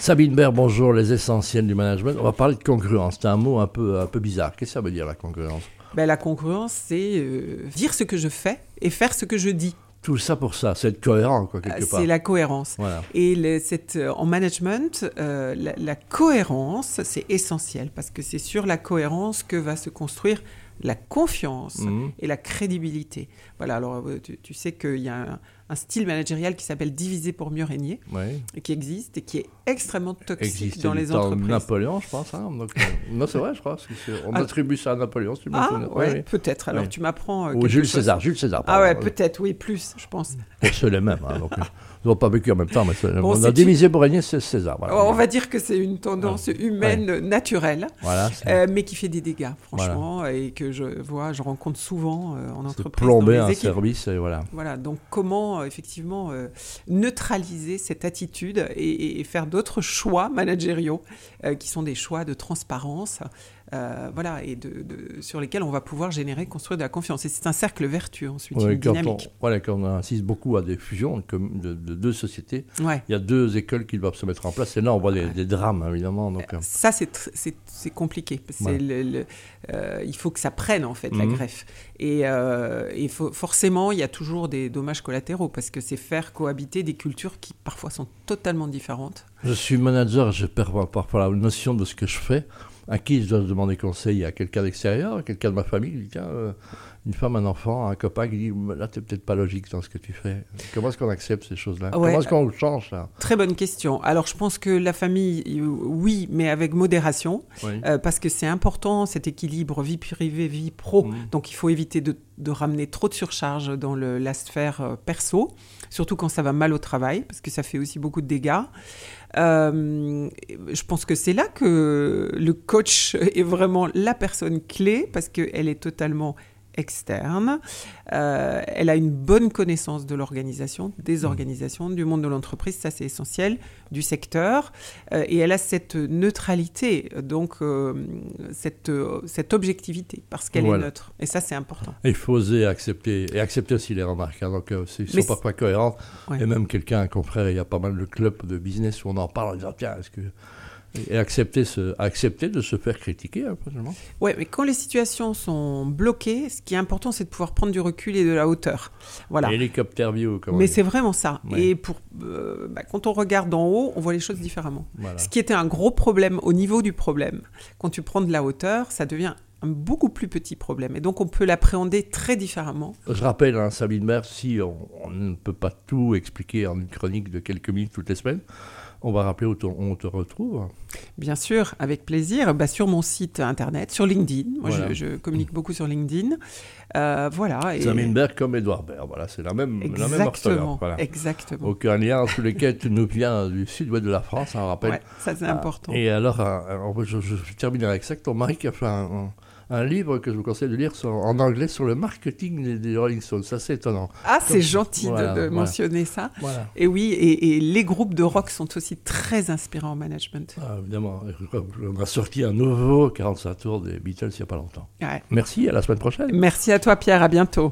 Sabine Baird, bonjour, les essentiels du management. On va parler de congruence. C'est un mot un peu, un peu bizarre. Qu'est-ce que ça veut dire la congruence ben, La congruence, c'est euh, dire ce que je fais et faire ce que je dis. Euh, Tout ça pour ça, c'est être cohérent, quoi, quelque part. C'est la cohérence. Voilà. Et le- cette, euh, en management, euh, la, la cohérence, c'est essentiel parce que c'est sur la cohérence que va se construire la confiance Mhm. et la crédibilité. Voilà, alors euh, tu, tu sais qu'il y a un, un style managérial qui s'appelle diviser pour mieux régner, Ouais. et qui existe et qui est extrêmement toxique Existait dans du les temps de entreprises. Napoléon, je pense. hein. Donc, euh, non, c'est vrai, je crois. parce que c'est- on Ah. attribue ça à Napoléon, si tu me Ah, souviens. ouais, Oui, oui. peut-être. Alors Oui. tu m'apprends. euh, Ou quelque Jules chose. César, Euh, Jules César. Ah ouais, pardon. peut-être, oui, plus, je pense. Bon, c'est les mêmes. hein, donc, ils n'ont pas vécu en même temps, mais c'est- Bon, on c'est a une- Oh, divisé pour régner, c'est César. Voilà. On va dire que c'est une tendance humaine naturelle, Voilà, c'est- euh, mais qui fait des dégâts, franchement, et que je vois, je rencontre souvent euh, en c'est entreprise. dans plomber les un équipes. service, et voilà. Voilà, donc comment euh, effectivement euh, neutraliser cette attitude et- et, et faire d'autres choix managériaux euh, qui sont des choix de transparence, euh, voilà, et de, de- sur lesquels on va pouvoir générer, construire de la confiance. Et c'est un cercle vertueux ensuite, Ouais, une quand, on, dynamique. voilà, quand on insiste beaucoup à des fusions de, communes- de- de deux sociétés, Ouais. il y a deux écoles qui doivent se mettre en place. Et là, on voit des, Ouais. des drames, hein, évidemment. Donc, euh, Ça, c'est tr- c'est- c'est compliqué. C'est Ouais. le- le- euh, il faut que ça prenne, en fait, la Mhm. greffe. Et, euh, et faut- forcément, il y a toujours des dommages collatéraux, parce que c'est faire cohabiter des cultures qui, parfois, sont totalement différentes. euh, je suis manager, je perds par- parfois la notion de ce que je fais. À qui je dois demander conseil À quelqu'un d'extérieur À quelqu'un de ma famille qui dit, tiens, euh, Une femme, un enfant, un copain qui dit là, t'es peut-être pas logique dans ce que tu fais. Comment est-ce qu'on accepte ces choses-là Ouais. Comment est-ce qu'on change ça Très bonne question. Alors, je pense que la famille, euh, oui, mais avec modération, Oui. euh, parce que c'est important, cet équilibre vie privée, vie pro. Mhm. Donc, il faut éviter de, de ramener trop de surcharge dans le- la sphère euh, perso, surtout quand ça va mal au travail, parce que ça fait aussi beaucoup de dégâts. Euh, je pense que c'est là que le coach est vraiment la personne clé, parce qu'elle est totalement externe. Euh, elle a une bonne connaissance de l'organisation, des organisations, du monde de l'entreprise, ça c'est essentiel, du secteur. Euh, et elle a cette neutralité, donc euh, cette, euh, cette objectivité, parce qu'elle Voilà. est neutre. Et ça c'est important. Il faut oser accepter, et accepter aussi les remarques. hein. Donc, euh, c'est- ils Mais sont c'est- parfois cohérents. Ouais. Et même quelqu'un, un confrère, il y a pas mal de clubs de business où on en parle en disant, tiens, est-ce que... Et accepter, ce... accepter de se faire critiquer, hein, finalement. Ouais, mais quand les situations sont bloquées, ce qui est important c'est de pouvoir prendre du recul et de la hauteur. Voilà. Hélicoptère view, comme on Mais dit. c'est vraiment ça. Ouais. Et pour, euh, bah, quand on regarde d'en haut, on voit les choses différemment. Voilà. Ce qui était un gros problème au niveau du problème, quand tu prends de la hauteur, ça devient un beaucoup plus petit problème. Et donc, on peut l'appréhender très différemment. Je rappelle, hein, Sabine Maire, si on, on ne peut pas tout expliquer en une chronique de quelques minutes toutes les semaines, on va rappeler où ton- on te retrouve. hein. Bien sûr, avec plaisir, bah, sur mon site internet, sur LinkedIn. Moi, Voilà. je, je communique beaucoup sur LinkedIn. Euh, voilà. et- Sabine Baird comme Edouard Baird, voilà, c'est la même, la même Exactement. orthographe. voilà. Exactement. Aucun lien, tous les quêtes nous vient du sud-ouest de la France, hein, on rappelle. Ouais, ça, c'est Ah, important. Et alors, euh, euh, je, je termine avec ça, que ton mari qui a fait un, un- un livre que je vous conseille de lire sur- en anglais sur le marketing des, des Rolling Stones. Ça, c'est étonnant. Ah, c'est gentil de- Voilà, de, voilà. mentionner ça. Voilà. Et oui, et, et les groupes de rock sont aussi très inspirants en management. Ah, évidemment, euh, on a sorti un nouveau 45 tours des Beatles il n'y a pas longtemps. Ouais. Merci, à la semaine prochaine. Merci à toi, Pierre. À bientôt.